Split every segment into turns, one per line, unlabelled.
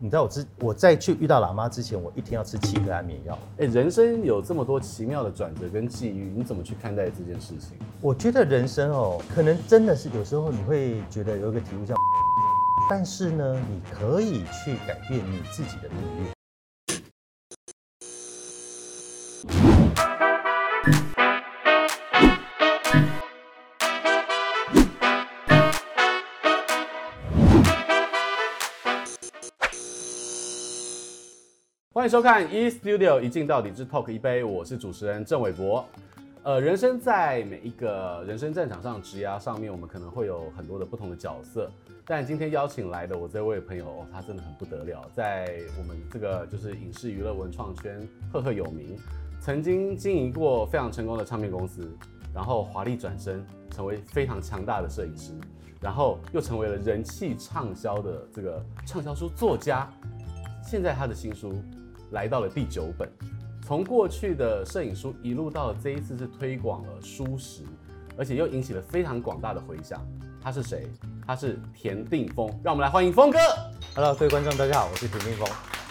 你知道我之我在去遇到喇嘛之前，我一天要吃七颗安眠药。
哎，人生有这么多奇妙的转折跟际遇，你怎么去看待这件事情？
我觉得人生哦，可能真的是有时候你会觉得有一个题目叫， 但是呢，你可以去改变你自己的命运。
欢迎收看 E Studio 一镜到底之 Talk 一杯，我是主持人郑伟博。呃，人生在每一个人生战场上、职涯上面，我们可能会有很多的不同的角色。但今天邀请来的我这位朋友，哦，他真的很不得了，在我们这个就是影视娱乐文创圈赫赫有名，曾经经营过非常成功的唱片公司，然后华丽转身成为非常强大的摄影师，然后又成为了人气畅销的这个畅销书作家，现在他的新书来到了第九本，从过去的摄影书一路到了这一次是推广了书食，而且又引起了非常广大的回响。他是谁？他是田定峰，让我们来欢迎峰哥。
Hello，各位观众，大家好，我是田定峰。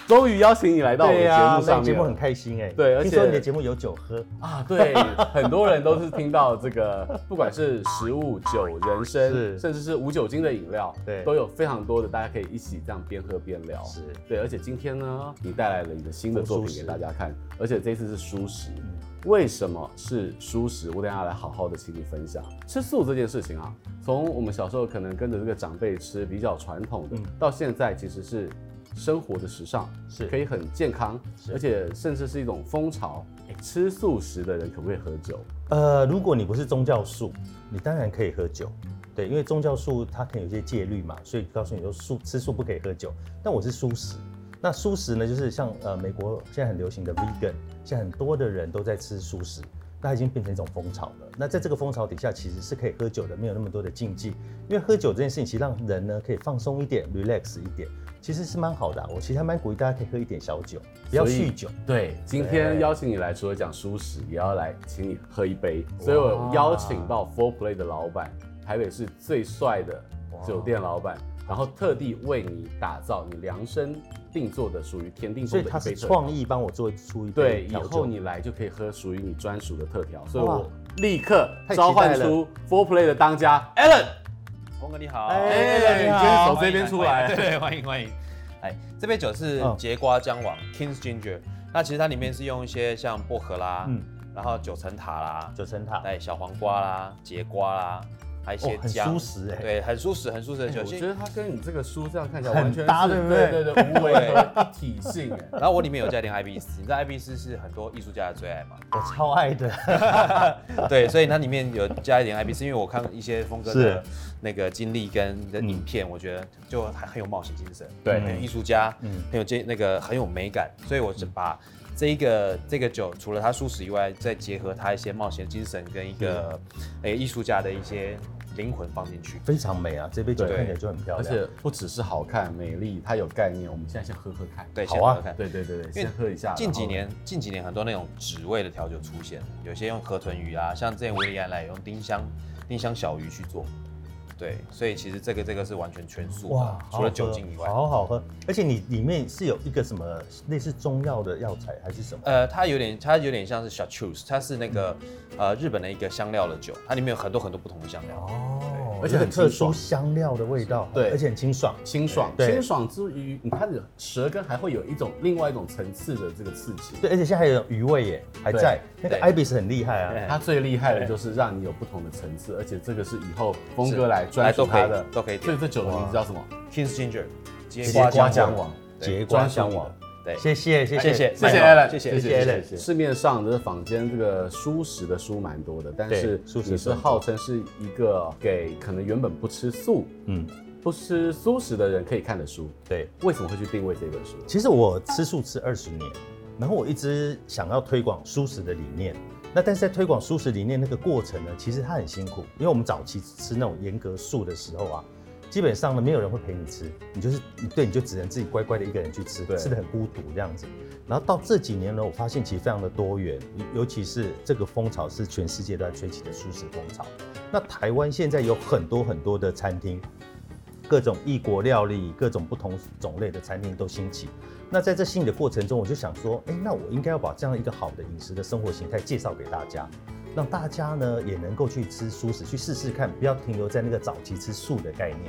终于邀请你来到我的节目
那
上
你
面，
啊节目很开心哎、
对而且
听说你的节目有酒喝，
啊，对，很多人都是听到这个， 不管是食物、酒、人
是
参，甚至是无酒精的饮料，
对
都有非常多的，大家可以一起这样边喝边聊。
是
对，而且今天呢，你带来了你的新的作
素
品
食
给大家看，而且这次是素食。
嗯
为什么是素食？我等一下来好好的请你分享。吃素这件事情啊，从我们小时候可能跟着这个长辈吃比较传统的，
嗯
到现在其实是生活的时尚，
是
可以很健康，
是哎
而且甚至是一种风潮。诶吃素食的人可不可以喝酒？
呃，如果你不是宗教素，你当然可以喝酒，对，因为宗教素它可能有一些戒律嘛，所以告诉你说素吃素不可以喝酒。但我是素食，那素食呢，就是像呃美国现在很流行的 vegan，现在很多的人都在吃素食，那它已经变成一种风潮了。那在这个风潮底下，其实是可以喝酒的，没有那么多的禁忌，因为喝酒这件事情，其实让人呢可以放松一点，relax 一点，其实是蛮好的啊、我其实还蛮鼓励大家可以喝一点小酒，不要
所以
酗酒。
对，今天邀请你来，除了讲舒适，也要来请你喝一杯。所以我邀请到 Four Play 的老板，台北市最帅的酒店老板，然后特地为你打造你量身定做的属于田定
所
峰
以
的
他
一
是
杯特
创意帮我做出一
对，
杯
以
调酒。
后你来就可以喝属于你专属的特调。所以
哇
我立刻
太期待
召唤
了
出 Four Play 的当家 Alan。
峰哥你好，
哎大家好
你今天手这边出来
欢迎 对，欢迎欢迎。哎，这杯酒是
嗯
节瓜姜王 （King's Ginger），那其实它里面是用一些像薄荷啦，
嗯
然后九层塔啦，
九层塔，
哎，小黄瓜啦，节瓜啦，还有一些
哦很
姜，
舒适哎
对，很舒适，很舒适的
哎
酒。
我
其
觉
实
得它跟你这个书这样看起来
很
完全
搭
是
对不对
对对 对，无为的体性哎。
然后我里面有加一点艾比斯，你知道艾比斯是很多艺术家的最爱嘛？
我超爱的。
对，所以它里面有加一点 IB，是因为我看一些峰哥的
是嗯
那个经历跟的影片，我觉得就还很有冒险精神，
对
很有艺术家，
嗯
很有这那个很有美感，所以我就把这一个这个酒除了它舒适以外，再结合它一些冒险精神跟一个那个艺术家的一些灵魂放进去。
非常美啊，这杯酒
对
看起来就很漂
而
亮。
且不只是好看、美丽，它有概念。我们现在先喝喝看。
对，
好
先
啊
喝喝看。
对对对对，先喝一下。
近几
然后
年，近几年很多那种脂味的调酒出现，有些用河豚鱼啊，像之前维里安来用丁香丁香小鱼去做，对，所以其实这个这个是完全全素的，
哇，好好
除
喝
了酒精以外，
好好喝。而且你里面是有一个什么类似中药的药材还是什么？
呃，它有点它有点像是 s h a c h u s 它是那个呃日本的一个香料的酒，它里面有很多很多不同的香料，
哦，
而且很
有特
清爽
殊香料的味道，
对
而且很清爽。
清爽，
对
清爽之余，你看着舌根还会有一种另外一种层次的这个刺激。
对，而且现在还有余味耶，还在。那个
对
ibis 很厉害啊，
对
它最厉害的就是让你有不同的层次，而且这个是以后峰哥来专
来
属
都可
他
以
的。
都可以
所以
点
这酒的名字叫什么？
，King's Ginger，
节
节
瓜
姜
姜
黄
王，
对
节瓜
瓜
姜
香
王
王。
对，
谢谢谢
谢谢
谢哎谢
麦好
Alan，
谢谢
谢谢 Alan
市面上的坊间这个舒适的书蛮多的，但是
对素食
你是
很多
号称是一个给可能原本不吃素、
嗯，
不吃素食的人可以看的书，
对。
为什么会去定位这本书？
其实我吃素吃二十年，然后我一直想要推广素食的理念。那但是在推广素食理念那个过程呢，其实它很辛苦，因为我们早期吃那种严格素的时候啊，基本上呢没有人会陪你吃，你就是你对你就只能自己乖乖的一个人去吃，
对
吃的很孤独这样子。然后到这几年呢，我发现其实非常的多元，尤其是这个风潮是全世界都在吹起的素食风潮。那台湾现在有很多很多的餐厅，各种异国料理、各种不同种类的餐厅都兴起。那在这兴起的过程中，我就想说，哎，那我应该要把这样一个好的饮食的生活形态介绍给大家，让大家呢也能够去吃素食，去试试看，不要停留在那个早期吃素的概念。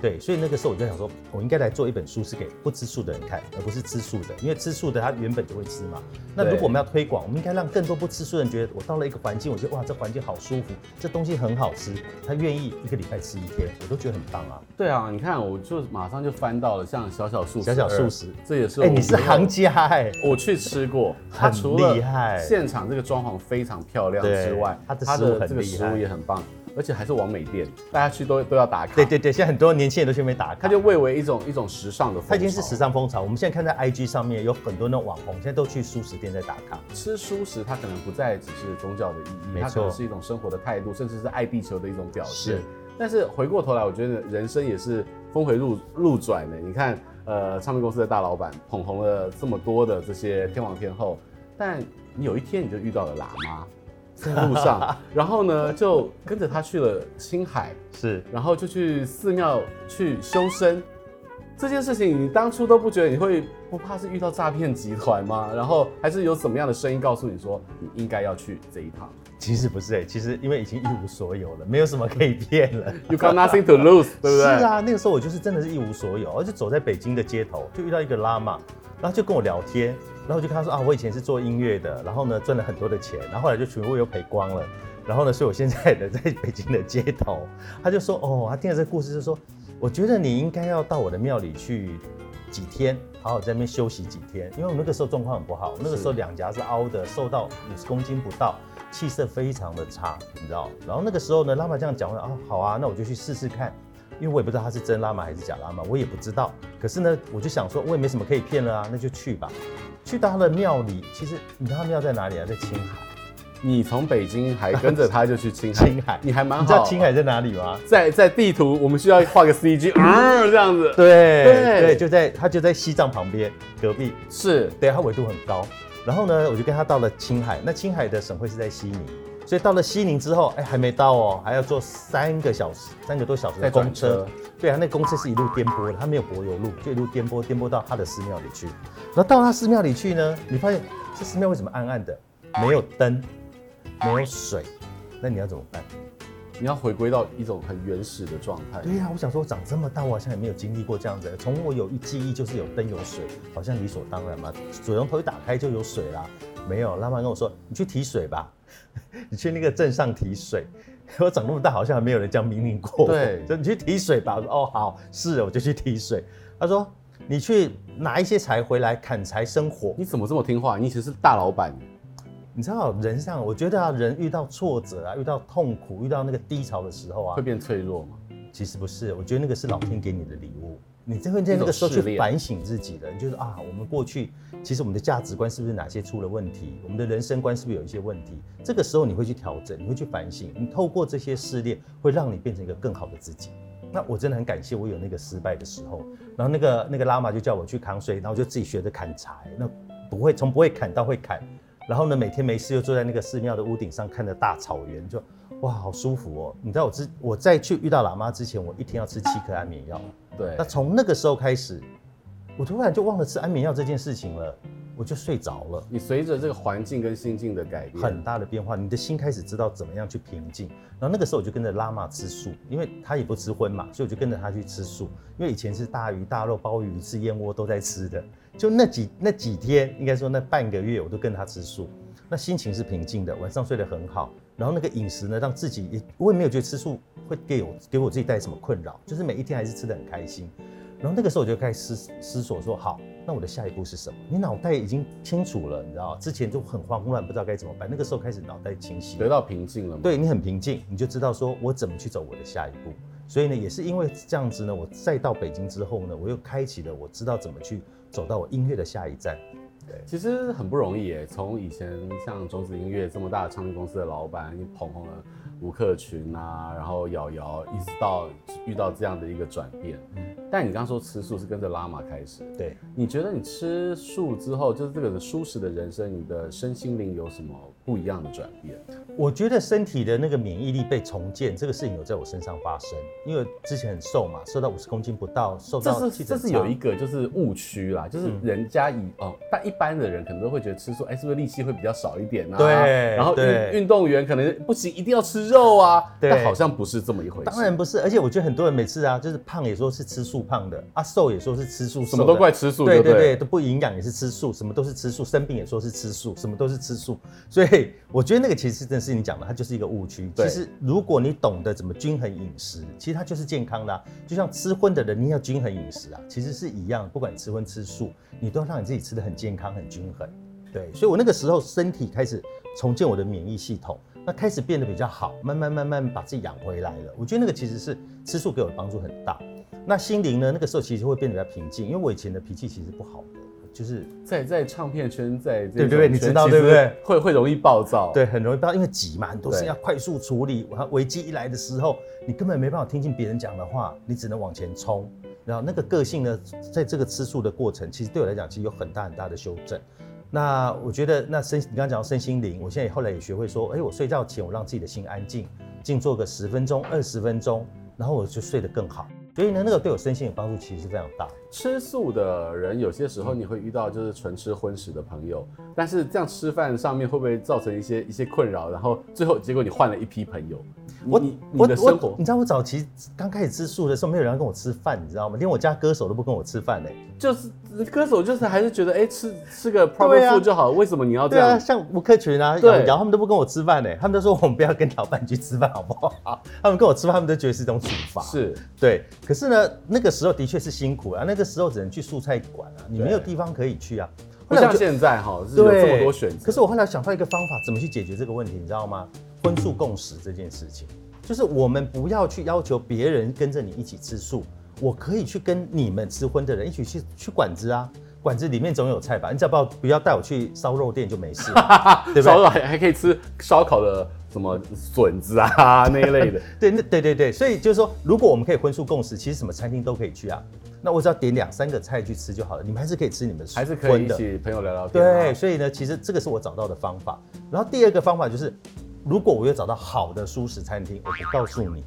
对，所以那个时候我就想说，我应该来做一本书是给不吃素的人看，而不是吃素的，因为吃素的他原本就会吃嘛。那如果我们要推广，我们应该让更多不吃素的人觉得，我到了一个环境，我觉得哇，这环境好舒服，这东西很好吃，他愿意一个礼拜吃一天，我都觉得很棒啊。
对啊，你看，我就马上就翻到了像小小素食
小小
二
素食
这也是
哎、
我
你是行
们
家哎、
我去吃过，它
很
除了
厉害
现场这个装潢非常漂亮
对
之外，
它的
它
食物
的
很
这个
厉
食
害
物也很棒，而且还是完美店，大家去都都要打卡。
对对对，现在很多年轻人都去那边打卡，
它就蔚为一种一种时尚的风潮。
它已经是时尚风潮。我们现在看在 IG 上面有很多那种网红，现在都去素食店在打卡。
吃蔬食，它可能不再只是宗教的意义，
没
它
错
可能是一种生活的态度，甚至是爱地球的一种表现
是。
但是回过头来，我觉得人生也是峰回路路转的。你看，呃，唱片公司的大老板捧红了这么多的这些天王天后，但你有一天你就遇到了喇嘛，在路 上，然后呢就跟着他去了青海，
是，
然后就去寺庙去修身。这件事情，你当初都不觉得你会不怕是遇到诈骗集团吗？然后还是有什么样的声音告诉你说你应该要去这一 趟
其实不是哎、其实因为已经一无所有了，没有什么可以骗了。
？You got nothing to lose，对不对？
是啊，那个时候我就是真的是一无所有，而且走在北京的街头，就遇到一个拉玛，然后就跟我聊天，然后我就跟他说啊，我以前是做音乐的，然后呢赚了很多的钱，然后后来就全部又赔光了，然后呢，所以我现在呢在北京的街头，他就说哦，他听了这个故事就说，我觉得你应该要到我的庙里去几天，好好在那边休息几天，因为我那个时候状况很不好，那个时候两颊是凹的，瘦到五十公斤不到，气色非常的差，你知道。然后那个时候呢，拉玛这样讲，我说啊，好啊，那我就去试试看，因为我也不知道他是真拉玛还是假拉玛，我也不知道。可是呢，我就想说，我也没什么可以骗了啊，那就去吧。去到他的庙里，其实你知道他庙在哪里啊？在青海。
你从北京还跟着他就去 青海，
青海
你还蛮好。
你知道青海在哪里吗？
在在地图，我们需要画个 CG，嗯，这样子。，
对
对
对，就在他就在西藏旁边隔壁。
是
对，它纬度很高。然后呢，我就跟他到了青海，那青海的省会是在西宁，所以到了西宁之后，哎，还没到哦，还要坐三个小时、三个多小时
再
的
转
公
车
车。对啊，那公车是一路颠簸的，它没有柏油路，就一路颠簸，颠簸到他的寺庙里去。然后到他寺庙里去呢，你发现这寺庙为什么暗暗的，没有灯，没有水，那你要怎么办？
你要回归到一种很原始的状态。
对呀、我想说，我长这么大，我好像也没有经历过这样子。从我有一记忆，就是有灯有水，好像理所当然嘛。水龙头一打开就有水啦，没有。拉妈跟我说，你去提水吧， 你去那个镇上提水。 我长那么大，好像还没有人这样命令过我。
对
就你去提水吧。我说哦，好，是，我就去提水。他说，你去拿一些柴回来，砍柴生火。
你怎么这么听话？你其实是大老板，
你知道人上，我觉得啊，人遇到挫折啊，遇到痛苦，遇到那个低潮的时候啊
会，变脆弱吗？
其实不是，我觉得那个是老天给你的礼物。你真会在那个时候
一种啊试
去
炼
反省自己的，你就是啊，我们过去其实我们的价值观是不是哪些出了问题，我们的人生观是不是有一些问题？这个时候你会去调整，你会去反省，你透过这些试炼，会让你变成一个更好的自己。那我真的很感谢我有那个失败的时候，然后那个那个拉玛就叫我去扛水，然后就自己学着砍柴，那不会从不会砍到会砍，然后呢每天没事就坐在那个寺庙的屋顶上看着大草原，就哇好舒服哦。你知道我之我在去遇到喇嘛之前，我一天要吃七颗安眠药，
对
那，从那个时候开始，我突然就忘了吃安眠药这件事情了，我就睡着了。
你随着这个环境跟心境的改变，
很大的变化，你的心开始知道怎么样去平静。然后那个时候我就跟着拉玛吃素，因为他也不吃荤嘛，所以我就跟着他去吃素。因为以前是大鱼大肉、鲍鱼、吃燕窝都在吃的，就那几那几天，应该说那半个月我都跟他吃素。那心情是平静的，晚上睡得很好。然后那个饮食呢，让自己也我也没有觉得吃素会给我给我自己带来什么困扰，就是每一天还是吃得很开心。然后那个时候我就开始思思索说，好，那我的下一步是什么？你脑袋已经清楚了，你知道，之前就很慌乱，不知道该怎么办。那个时候开始脑袋清晰，
得到平静了吗？，
对你很平静，你就知道说我怎么去走我的下一步。所以呢，也是因为这样子呢，我再到北京之后呢，我又开启了我知道怎么去走到我音乐的下一站。
其实很不容易耶。从以前像种子音乐这么大的唱片公司的老板，你捧红了吴克群啊，然后瑶瑶，一直到遇到这样的一个转变。但你刚刚说吃素是跟着拉玛开始，
对，
你觉得你吃素之后，就是这个舒适的人生，你的身心灵有什么不一样的转变？
我觉得身体的那个免疫力被重建，这个事情有在我身上发生，因为之前很瘦嘛，瘦到五十公斤不到，瘦
这
到
是
气质
这是
差
有一个就是误区啦，就是
嗯
人家以哦，但一般的人可能都会觉得吃素，哎，是不是力气会比较少一点啊？
对
然后
对
运运动员可能不行，一定要吃肉啊。
对
但好像不是这么一回事。
当然不是，而且我觉得很多人每次啊，就是胖也说是吃素胖的，啊瘦也说是吃素瘦的，
什么都怪吃素，
对
对
对
不
对，都不营养也是吃素，什么都是吃素，生病也说是吃素，什么都是吃素。所以我觉得那个其实真的是你讲的，它就是一个误区。
对
其实如果你懂得怎么均衡饮食，其实它就是健康的啊、就像吃荤的人，你要均衡饮食啊，其实是一样，不管你吃荤吃素，你都要让你自己吃的很健康、很均衡。对，所以我那个时候身体开始重建我的免疫系统，那开始变得比较好，慢慢慢慢把自己养回来了。我觉得那个其实是吃素给我的帮助很大。那心灵呢？那个时候其实会变得比较平静，因为我以前的脾气其实不好的，就是
在在唱片圈，在
对对对你知道对不对？
会会容易暴躁，
对很容易不知道，因为急嘛，很多事情
对
要快速处理。然后危机一来的时候，你根本没办法听进别人讲的话，你只能往前冲。然后那个个性呢，在这个吃素的过程，其实对我来讲，其实有很大很大的修正。那我觉得，那身你刚刚讲到身心灵，我现在也后来也学会说，哎，我睡觉前我让自己的心安静，静坐个十分钟、二十分钟，然后我就睡得更好。所以呢，那个对我身心的帮助其实是非常大的。
吃素的人，有些时候你会遇到就是纯吃荤食的朋友，但是这样吃饭上面会不会造成一些一些困扰？然后最后结果你换了一批朋友，你
我
你你
我
的生
我，
活
你知道我早期刚开始吃素的时候，没有人要跟我吃饭，你知道吗？连我家歌手都不跟我吃饭嘞、
就是歌手就是还是觉得哎、吃吃个 proper
对啊
food 就好，为什么你哦要这
对
样？
啊，像吴克群啊、
对嗯
杨洋他们都不跟我吃饭嘞、他们都说我们不要跟老板去吃饭，好不 好？他们跟我吃饭，他们都觉得是一种处罚。，
是
对。可是呢，那个时候的确是辛苦啊，那个时候只能去素菜馆啊，你
对
没有地方可以去啊。
不
后来我
像
就
现在哈，是有这么多选择。
可 是我后来想到一个方法，怎么去解决这个问题，你知道吗？荤素共识这件事情，就是我们不要去要求别人跟着你一起吃素，我可以去跟你们吃荤的人一起去去馆子啊，馆子里面总有菜吧？你只要不要不要带我去烧肉店就没事了。对不对
烧肉还还可以吃 烧烤的什么笋子啊那一类 的，
对，那对对对，所以就是说，如果我们可以荤素共识，其实什么餐厅都可以去啊。那我只要点两三个菜去吃就好了，你们还是可以吃你们
还是可以
荤
一
的。
起朋友聊聊天、啊。
对，所以呢，其实这个是我找到的方法。然后第二个方法就是，如果我有找到好的素食餐厅，我不告诉你，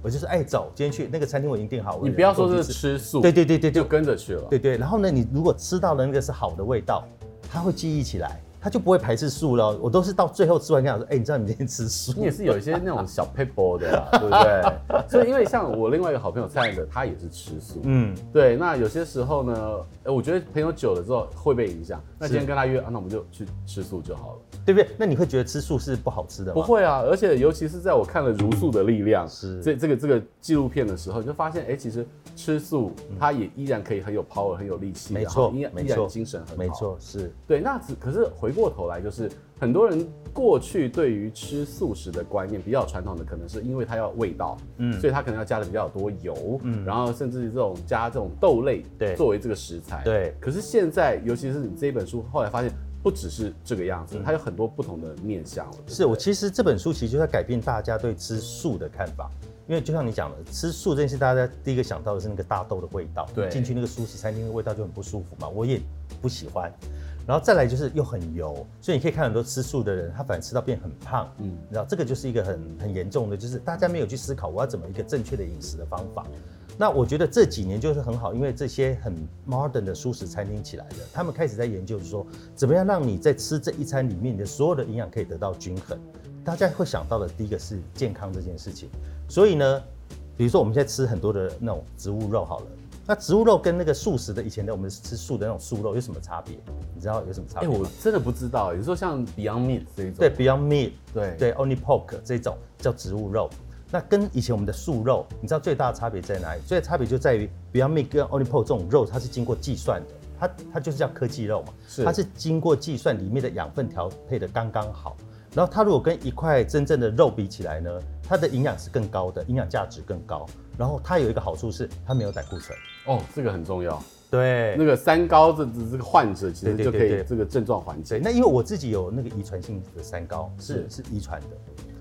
我就是哎走，今天去那个餐厅我已经订好了，
你不要说
我
是
就去
吃素，
对对对对
就
对
跟着去了。
对对。然后呢，你如果吃到了那个是好的味道，它会记忆起来，它就不会排斥素了哦。我都是到最后吃完跟他说，哎，你知道你今天吃素
你也是有一些那种小 paper 的啦， 对不对？所以因为像我另外一个好朋友蔡的，他也是吃素。
嗯，
对，那有些时候呢，哎，我觉得朋友久了之后会被影响。那
是
今天跟他约，啊、那我们就去吃素就好了。
对不对？那你会觉得吃素是不好吃的吗？
不会啊，而且尤其是在我看了《茹素的力量》
是
这这个这个纪录片的时候，你就发现，哎，其实吃素它也依然可以很有 power，很有力
嗯
气，
没
然后
错
依然
没
依
错
然精神很好。
没错，是
对，那只可是回过头来，就是很多人过去对于吃素食的观念比较传统的，可能是因为它要味道，嗯，
嗯
所以它可能要加的比较多油，嗯，
嗯
然后甚至这种加这种豆类，
对
作为这个食材，。
对，
可是现在，尤其是你这一本书，后来发现不只是这个样
嗯
子，它有很多不同的面向了。
是我其实这本书其实就在改变大家对吃素的看法，因为就像你讲的，吃素这件事，大家第一个想到的是那个大豆的味道，
对
进去那个素食餐厅的味道就很不舒服嘛，我也不喜欢。然后再来就是又很油，所以你可以看很多吃素的人，他反而吃到变很胖，
嗯
嗯，你知道这个就是一个很很严重的，就是大家没有去思考我要怎么一个正确的饮食的方法。那我觉得这几年就是很好，因为这些很 modern 的素食餐厅起来了，他们开始在研究说，怎么样让你在吃这一餐里面，你的所有的营养可以得到均衡。大家会想到的第一个是健康这件事情，所以呢，比如说我们现在吃很多的那种植物肉好了，那植物肉跟那个素食的以前的我们吃素的那种素肉有什么差别？你知道有什么差
哎、
别吗？
我真的不知道，有时候像 Beyond Meat 这一种，
对 Beyond Meat，
对
对 Only Pork 这种叫植物肉。那跟以前我们的素肉，你知道最大的差别在哪里？最大的差别就在于 Beyond Meat 跟 Only Pork 这种肉，它是经过计算的，它它就是叫科技肉嘛，
是
它是经过计算里面的养分调配的刚刚好。然后它如果跟一块真正的肉比起来呢，它的营养是更高的，营养价值更高。然后它有一个好处是它没有胆固醇，
哦，这个很重要。
对
那个三高这这个患者其实
对对
就可
对
以
对
这个症状缓
对，
解。
那因为我自己有那个遗传性的三高，是
是
是遗传的。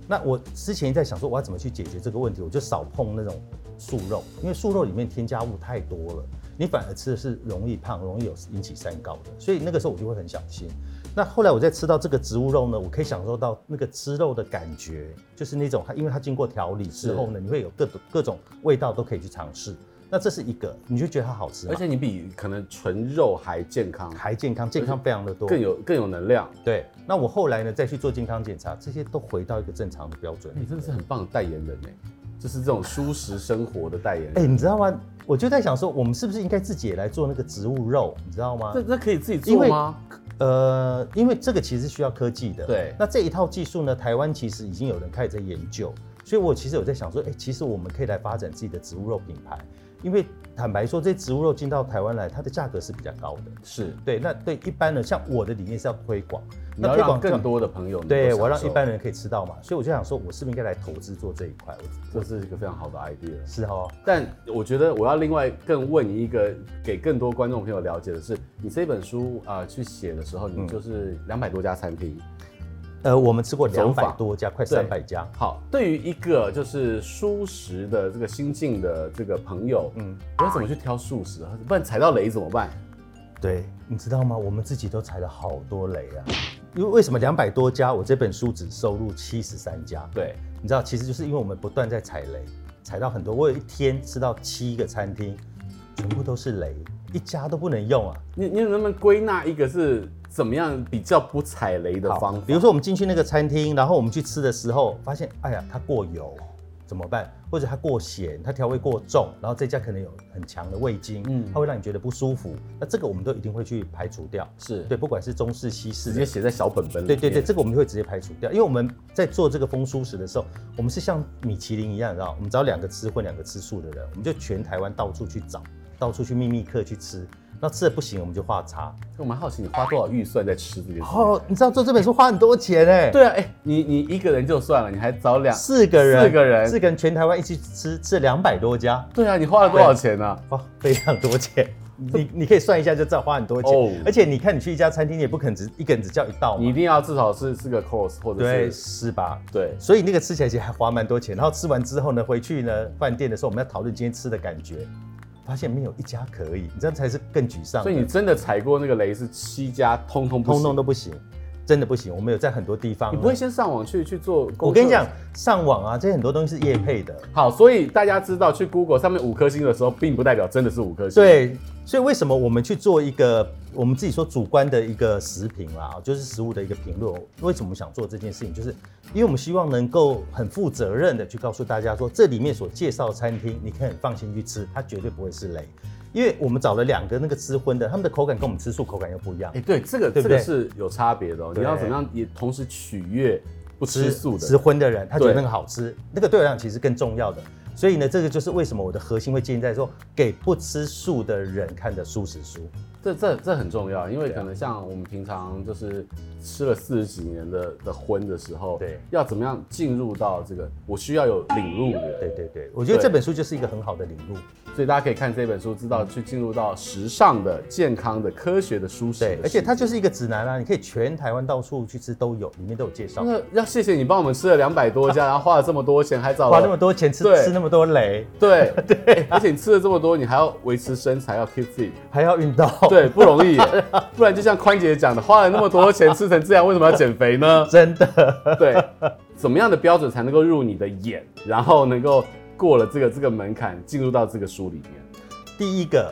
那我之前在想说我要怎么去解决这个问题，我就少碰那种素肉，因为素肉里面添加物太多了。你反而吃的是容易胖、容易有引起三高的。所以那个时候我就会很小心。那后来我在吃到这个植物肉呢，我可以享受到那个吃肉的感觉，就是那种它因为它经过调理之后呢，你会有各种各种味道都可以去尝试。那这是一个，你就觉得它好吃嘛，
而且你比可能纯肉还健康，
还健康，健康非常的多，
更有更有能量。
对，那我后来呢再去做健康检查，这些都回到一个正常的标准
你。哎真的是很棒的代言人哎，就是这种舒适生活的代言
哎、
人。
你知道吗？我就在想说，我们是不是应该自己也来做那个植物肉，你知道吗
哎这？这可以自己
因
做
为
吗？
呃，因为这个其实是需要科技的。
对
那这一套技术呢，台湾其实已经有人开始在研究，所以我其实有在想说，哎、其实我们可以来发展自己的植物肉品牌，因为坦白说，这植物肉进到台湾来，它的价格是比较高的。
是，
对，那对一般人，像我的理念是要推广，
你要
推
让
这样
更多的朋友能够
对，我要
享
让
受
一般人可以吃到嘛，所以我就想说，我是不是应该来投资做这一块？
这是一个非常好的 idea。
是哦，
但我觉得我要另外更问你一个，给更多观众朋友了解的是，你这本书啊、呃去写的时候，
嗯
你就是两百多家餐厅。
呃，我们吃过
走
两
法
百多家，快
对
三百家，
好，对于一个就是素食的这个新进的这个朋友，嗯
嗯，
我要怎么去挑素食啊？不然踩到雷怎么办？
对，你知道吗？我们自己都踩了好多雷啊。因为为什么两百多家，我这本书只收录七十三家？
对，
你知道，其实就是因为我们不断在踩雷，踩到很多。我有一天吃到七个餐厅，全部都是雷，一家都不能用啊。
你你能不能归纳一个是怎么样比较不踩雷的
好
方法？
比如说我们进去那个餐厅，然后我们去吃的时候，发现哎呀它过油，怎么办？或者它过咸，它调味过重，然后这家可能有很强的味精，
嗯
嗯，它会让你觉得不舒服。那这个我们都一定会去排除掉。
是
对，不管是中式西式
直
的，
接写在小本本里
对
面。
对对，这个我们就会直接排除掉，因为我们在做这个风蔬食的时候，我们是像米其林一样，你知道，我们找两个吃荤、两个吃素的人，我们就全台湾到处去找，到处去秘密课去吃。那吃的不行，我们就画叉。
我蛮好奇你花多少预算在吃这件事。
哦，你知道做这本书花很多钱哎，，
对啊，哎、你你一个人就算了，你还找两
四个人，
四个人
四个人全台湾一起吃，吃两百多家，
对啊，你花了多少钱呢、啊？
哇，非常多 钱。你你可以算一下就知道花很多钱，
哦
而且你看你去一家餐厅，你也不可能只一个人只叫一道
你一
嘛，
定要至少是是个 course 或者
对，
是
是吧？
对
所以那个吃起来其实还花蛮多钱。然后吃完之后呢，回去呢饭店的时候，我们要讨论今天吃的感觉，发现没有一家可以，你这样才是更沮丧的。
所以你真的踩过那个雷是七家，通通不行
通通都不行，真的不行。我们有在很多地方，
你不会，先上网去去做功课？
我跟你讲，上网啊，这些很多东西是业配的。
好，所以大家知道去 Google 上面五颗星的时候，并不代表真的是五颗星。，
对，所以为什么我们去做一个我们自己说主观的一个食评啦，就是食物的一个评论？为什么想做这件事情？就是因为我们希望能够很负责任的去告诉大家说，这里面所介绍的餐厅，你可以很放心去吃，它绝对不会是雷。因为我们找了两个那个吃荤的，他们的口感跟我们吃素口感又不一样
哎、。对，这个
对不
这个
对
是有差别的、哦。你
对
要怎么样也同时取悦不吃素
吃
的？
荤的人，他觉得
对
那个好吃，那个对我来讲其实更重要的。所以呢，这个就是为什么我的核心会建议在说，给不吃素的人看的素食书。
这这这很重要，因为
啊
可能像我们平常就是吃了四十几年的的荤的时候，
对
要怎么样进入到这个，我需要有领路人。
对对对，我觉得
对
这本书就是一个很好的领路。
所以大家可以看这本书，知道去进入到时尚的、健康的、科学的、舒适的
对
世界。，
而且它就是一个指南啊，你可以全台湾到处去吃都有，里面都有介绍。
那要谢谢你帮我们吃了两百多家，然后花了这么多钱，还找了
花那么多钱吃
对
吃那么多雷，
对对，而且你吃了这么多，你还要维持身材，要 keep fit，
还要运动，，
对，不容易耶。不然就像宽姐讲的，花了那么多钱吃成这样，为什么要减肥 呢？
真的。
对，怎么样的标准才能够入你的眼，然后能够过了这个这个门槛，进入到这个书里面？
第一个，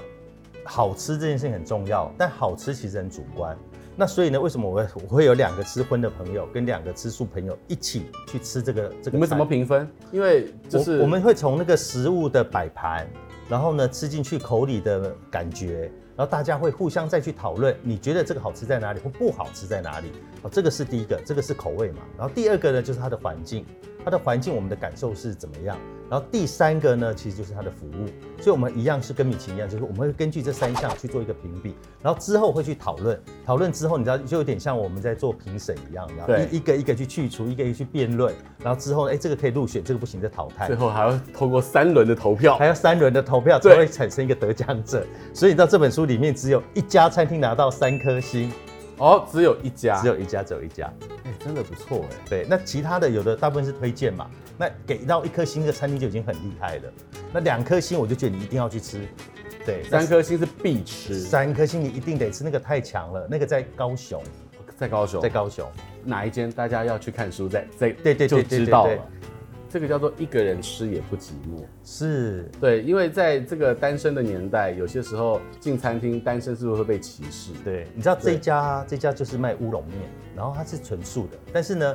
好吃这件事情很重要，但好吃其实很主观。那所以呢，为什么我会我会有两个吃荤的朋友跟两个吃素朋友一起去吃这个这个？
你们怎么？评分？因为就是
我我们会从那个食物的摆盘，然后呢吃进去口里的感觉，然后大家会互相再去讨论，你觉得这个好吃在哪里或不好吃在哪里？哦，这个是第一个，这个是口味嘛。然后第二个呢就是它的环境，它的环境我们的感受是怎么样？然后第三个呢其实就是它的服务，所以我们一样是跟米其林一样，就是我们会根据这三项去做一个评比，然后之后会去讨论，讨论之后你知道就有点像我们在做评审一样，然后
对
一一个一个去去除，一个一个去辩论，然后之后哎这个可以入选，这个不行再淘汰
最。后还要透过三轮的投票
还，要三轮的投票
对
才会产生一个得奖者。所以你知道这本书里面只有一家餐厅拿到三颗星，
哦，只有一家，
只有一家，只有一家。
哎、真的不错哎。
对，那其他的有的大部分是推荐嘛，那给到一颗星的餐厅就已经很厉害了。那两颗星我就觉得你一定要去吃，对，那
三颗星是必吃。
三颗星你一定得吃，那个太强了，那个在高雄，
在高雄，
在高雄，
哪一间大家要去看书，在在
对对对
就
对
知
对
道
对
了。这个叫做一个人吃也不寂寞。
是
对，因为在这个单身的年代，有些时候进餐厅单身是不是会被歧视？
对，你知道这
对
一家啊这家就是卖乌龙面，然后它是纯素的，但是呢，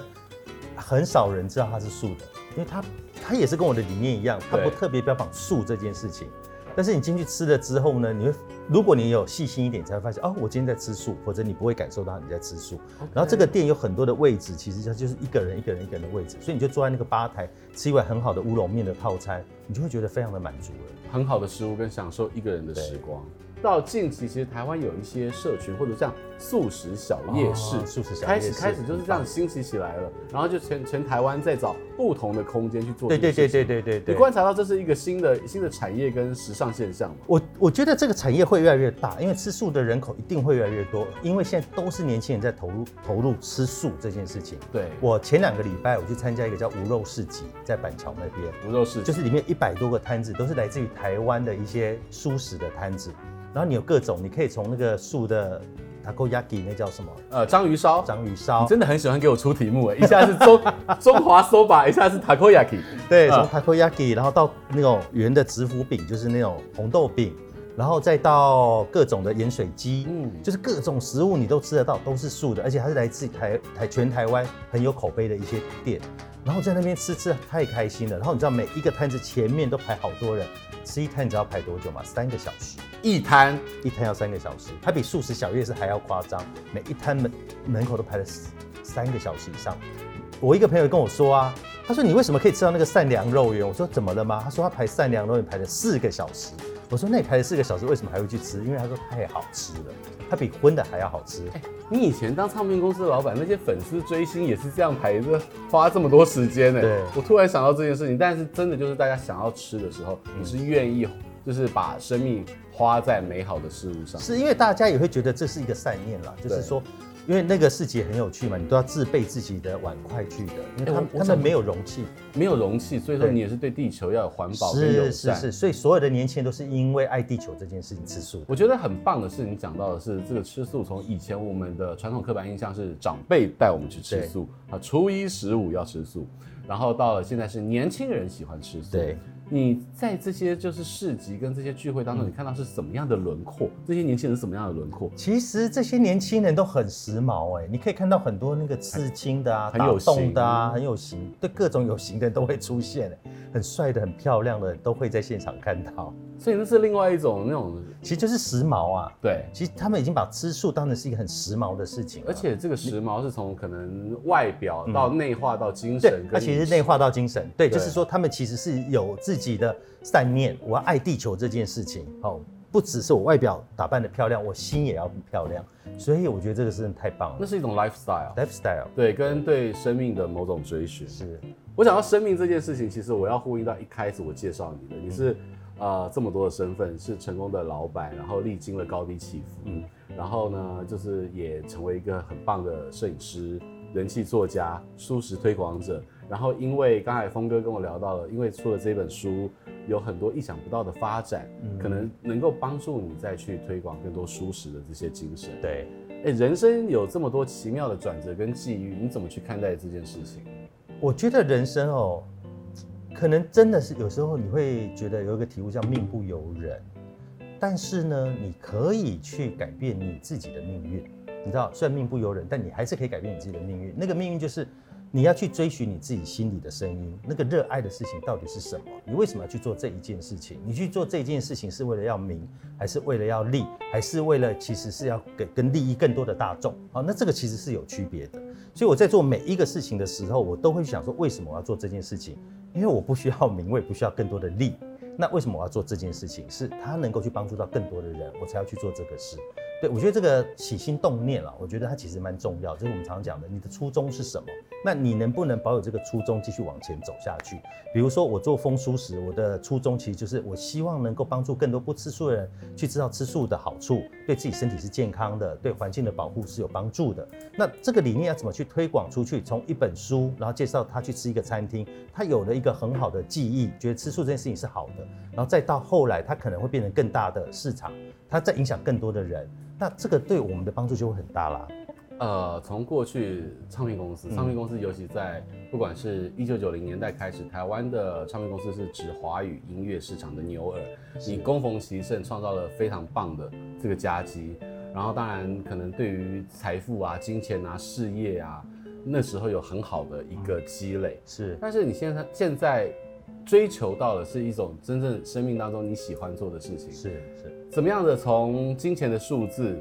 很少人知道它是素的，因为它它也是跟我的理念一样，它
对
不特别标榜素这件事情。但是你进去吃了之后呢，你会如果你有细心一点，才会发现哦，我今天在吃素，否则你不会感受到你在吃素。然后这个店有很多的位置，其实它就是一个人一个人一个人的位置，所以你就坐在那个吧台吃一碗很好的乌龙面的套餐，你就会觉得非常的满足了。
很好的食物跟享受一个人的时光。到近期，其实台湾有一些社群或者像素食小夜市，
哦素食小
开
夜
始
市
开始就是这样兴起起来了。然后就全全台湾在找不同的空间去做。
对对对对，对对
你
对。
观察到这是一个新的新的产业跟时尚现象吗？
我我觉得这个产业会越来越大，因为吃素的人口一定会越来越多，因为现在都是年轻人在投入投入吃素这件事情。
对，
我前两个礼拜我去参加一个叫无肉市集，在板桥那边，
无肉市
就
就是
里面一百多个摊子都是来自于台湾的一些素食的摊子，然后你有各种，你可以从那个素的 takoyaki 那叫什么
呃章鱼烧。
章鱼
你
烧，
真的很喜欢给我出题目 哎，一下是中中华 soba，一下是 takoyaki，
对，从
啊
takoyaki，然后到那种圆的直腐饼，就是那种红豆饼，然后再到各种的盐水鸡，
嗯
嗯，就是各种食物你都吃得到，都是素的，而且它是来自台台全台湾很有口碑的一些店。然后在那边吃吃太开心了，然后你知道每一个摊子前面都排好多人，吃一摊你知道排多久吗？三个小时，
一摊
一摊要三个小时，它比素食小夜市还要夸张，每一摊门门口都排了三个小时以上。我一个朋友跟我说啊，他说你为什么可以吃到那个善良肉圆？我说怎么了吗？他说他排善良肉圆排了四个小时。我说那你排了四个小时，为什么还会去吃？因为他说太好吃了，它比荤的还要好吃。
你以前当唱片公司的老板，那些粉丝追星也是这样排着，花这么多时间呢、
对
我突然想到这件事情，但是真的就是大家想要吃的时候，你是愿意，就是把生命花在美好的事物上。
是因为大家也会觉得这是一个善念啦，就是说，因为那个市集很有趣嘛，你都要自备自己的碗筷去的，因为他
哎我
们、
我
他
想
们没有容器。
没有容器，所以说
对
你也是对地球要有环保跟友
是是
善。
是，所以所有的年轻人都是因为爱地球这件事情吃素的。
我觉得很棒的是，你讲到的是这个吃素，从以前我们的传统刻板印象是长辈带我们去吃素啊，初一十五要吃素，然后到了现在是年轻人喜欢吃素。
对，
你在这些就是市集跟这些聚会当
嗯
中，你看到是什么样的轮廓？这些年轻人是什么样的轮廓？
其实这些年轻人都很时髦哎、你可以看到很多那个刺青的啊、
很
打
有
洞的啊，
型
很有型，对各种有型的人都会出现、欸，很帅的、很漂亮的都会在现场看到。
所以那是另外一种那种
其实就是时髦啊，
对，
其实他们已经把吃素当成是一个很时髦的事情了，
而且这个时髦是从可能外表到内化到精
嗯对
神，
它
跟饮食，
其实内化到精神，对，就
对
是说他们其实是有自己的善念，我要爱地球这件事情，哦，不只是我外表打扮的漂亮，我心也要漂亮，所以我觉得这个真的太棒
那
了
是一种 lifestyle，
，lifestyle
对，跟对生命的某种追寻。
是。
我讲到生命这件事情，其实我要呼应到一开始我介绍你的，你是呃这么多的身份，是成功的老板，然后历经了高低起伏，嗯
嗯，
然后呢，就是也成为一个很棒的摄影师、人气作家、素食推广者。然后因为刚才峰哥跟我聊到了，因为出了这本书，有很多意想不到的发展，可能能够帮助你再去推广更多素食的这些精神。
对，
哎，人生有这么多奇妙的转折跟际遇，你怎么去看待这件事情？
我觉得人生哦，可能真的是有时候你会觉得有一个题目叫命不由人，但是呢，你可以去改变你自己的命运。你知道，虽然命不由人，但你还是可以改变你自己的命运。那个命运就是你要去追寻你自己心里的声音，那个热爱的事情到底是什么？你为什么要去做这一件事情？你去做这一件事情是为了要名，还是为了要利，还是为了其实是要给跟利益更多的大众？好，那这个其实是有区别的。所以我在做每一个事情的时候，我都会想说，为什么我要做这件事情？因为我不需要名，我也不需要更多的利。那为什么我要做这件事情？是它能够去帮助到更多的人，我才要去做这个事。对，我觉得这个起心动念啊，我觉得它其实蛮重要，就是我们常常讲的，你的初衷是什么？那你能不能保有这个初衷，继续往前走下去？比如说我做风蔬时，我的初衷其实就是我希望能够帮助更多不吃素的人去知道吃素的好处，对自己身体是健康的，对环境的保护是有帮助的。那这个理念要怎么去推广出去？从一本书，然后介绍他去吃一个餐厅，他有了一个很好的记忆，觉得吃素这件事情是好的，然后再到后来，他可能会变成更大的市场，他再影响更多的人。那这个对我们的帮助就会很大啦。
呃，从过去唱片公司，唱片公司尤其在不管是一九九零年代开始，台湾的唱片公司是指华语音乐市场的牛耳，你攻逢其盛，创造了非常棒的这个佳绩。然后当然可能对于财富啊、金钱啊、事业啊，那时候有很好的一个积累。
是
但是你现在现在追求到的是一种真正生命当中你喜欢做的事情，
是是，
怎么样的从金钱的数字，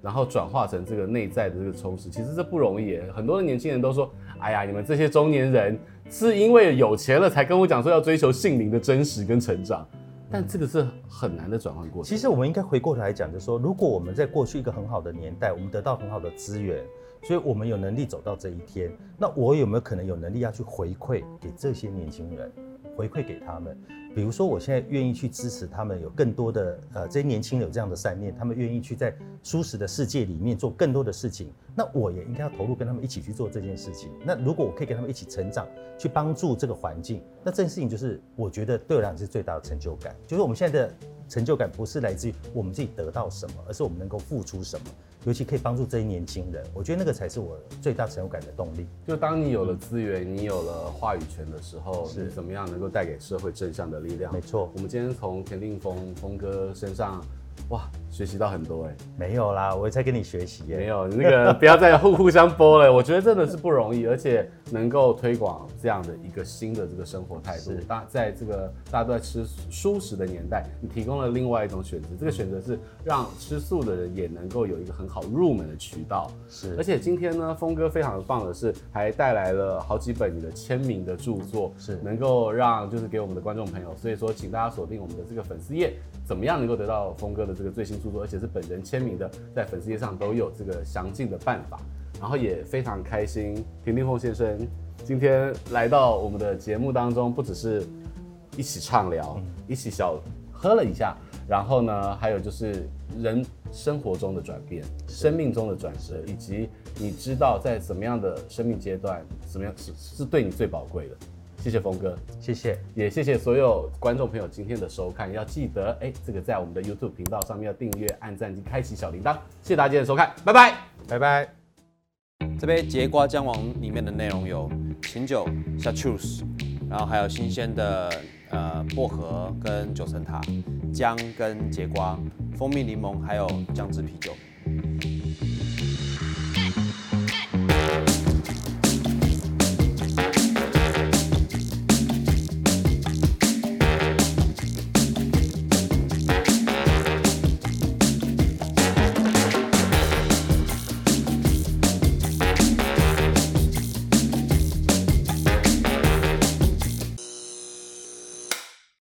然后转化成这个内在的这个充实，其实这不容易耶。很多的年轻人都说：“哎呀，你们这些中年人是因为有钱了才跟我讲说要追求性灵的真实跟成长。”
嗯
但这个是很难的转换过程。
其实我们应该回过头来讲，就是说，如果我们在过去一个很好的年代，我们得到很好的资源，所以我们有能力走到这一天，那我有没有可能有能力要去回馈给这些年轻人，回馈给他们？比如说，我现在愿意去支持他们，有更多的呃，这些年轻人有这样的善念，他们愿意去在舒适的世界里面做更多的事情，那我也应该要投入跟他们一起去做这件事情。那如果我可以跟他们一起成长，去帮助这个环境，那这件事情就是我觉得对我来讲是最大的成就感，就是我们现在的成就感不是来自于我们自己得到什么，而是我们能够付出什么，尤其可以帮助这些年轻人，我觉得那个才是我最大成就感的动力。
就当你有了资源，你有了话语权的时候，
是
你怎么样能够带给社会正向的力量？
没错
我们今天从田定峰峰哥身上，哇，学习到很多哎。
没有啦，我在跟你学习耶。
没有，那个不要再互互相播了。我觉得真的是不容易，而且能够推广这样的一个新的这个生活态度
是，
大在这个大家都在吃素食的年代，你提供了另外一种选择。这个选择是让吃素的人也能够有一个很好入门的渠道。
是
而且今天呢，峰哥非常棒的是，还带来了好几本你的签名的著作，
是
能够让就是给我们的观众朋友，所以说请大家锁定我们的这个粉丝页，怎么样能够得到峰哥的这个最新著作，而且是本人签名的，在粉丝页上都有这个详尽的办法。然后也非常开心，田定峰先生今天来到我们的节目当中，不只是一起畅聊，一起小喝了一下，然后呢，还有就是人生活中的转变、生命中的转折，以及你知道在怎么样的生命阶段，怎么样是是对你最宝贵的。谢谢峰哥，
谢谢，
也谢谢所有观众朋友今天的收看，要记得哎，这个在我们的 YouTube 频道上面要订阅、按赞及开启小铃铛。谢谢大家今天的收看，拜拜。
拜拜。
这杯节瓜姜王里面的内容有琴酒、chartreuse，然后还有新鲜的呃薄荷跟九层塔、姜跟节瓜、蜂蜜柠檬，还有姜汁啤酒。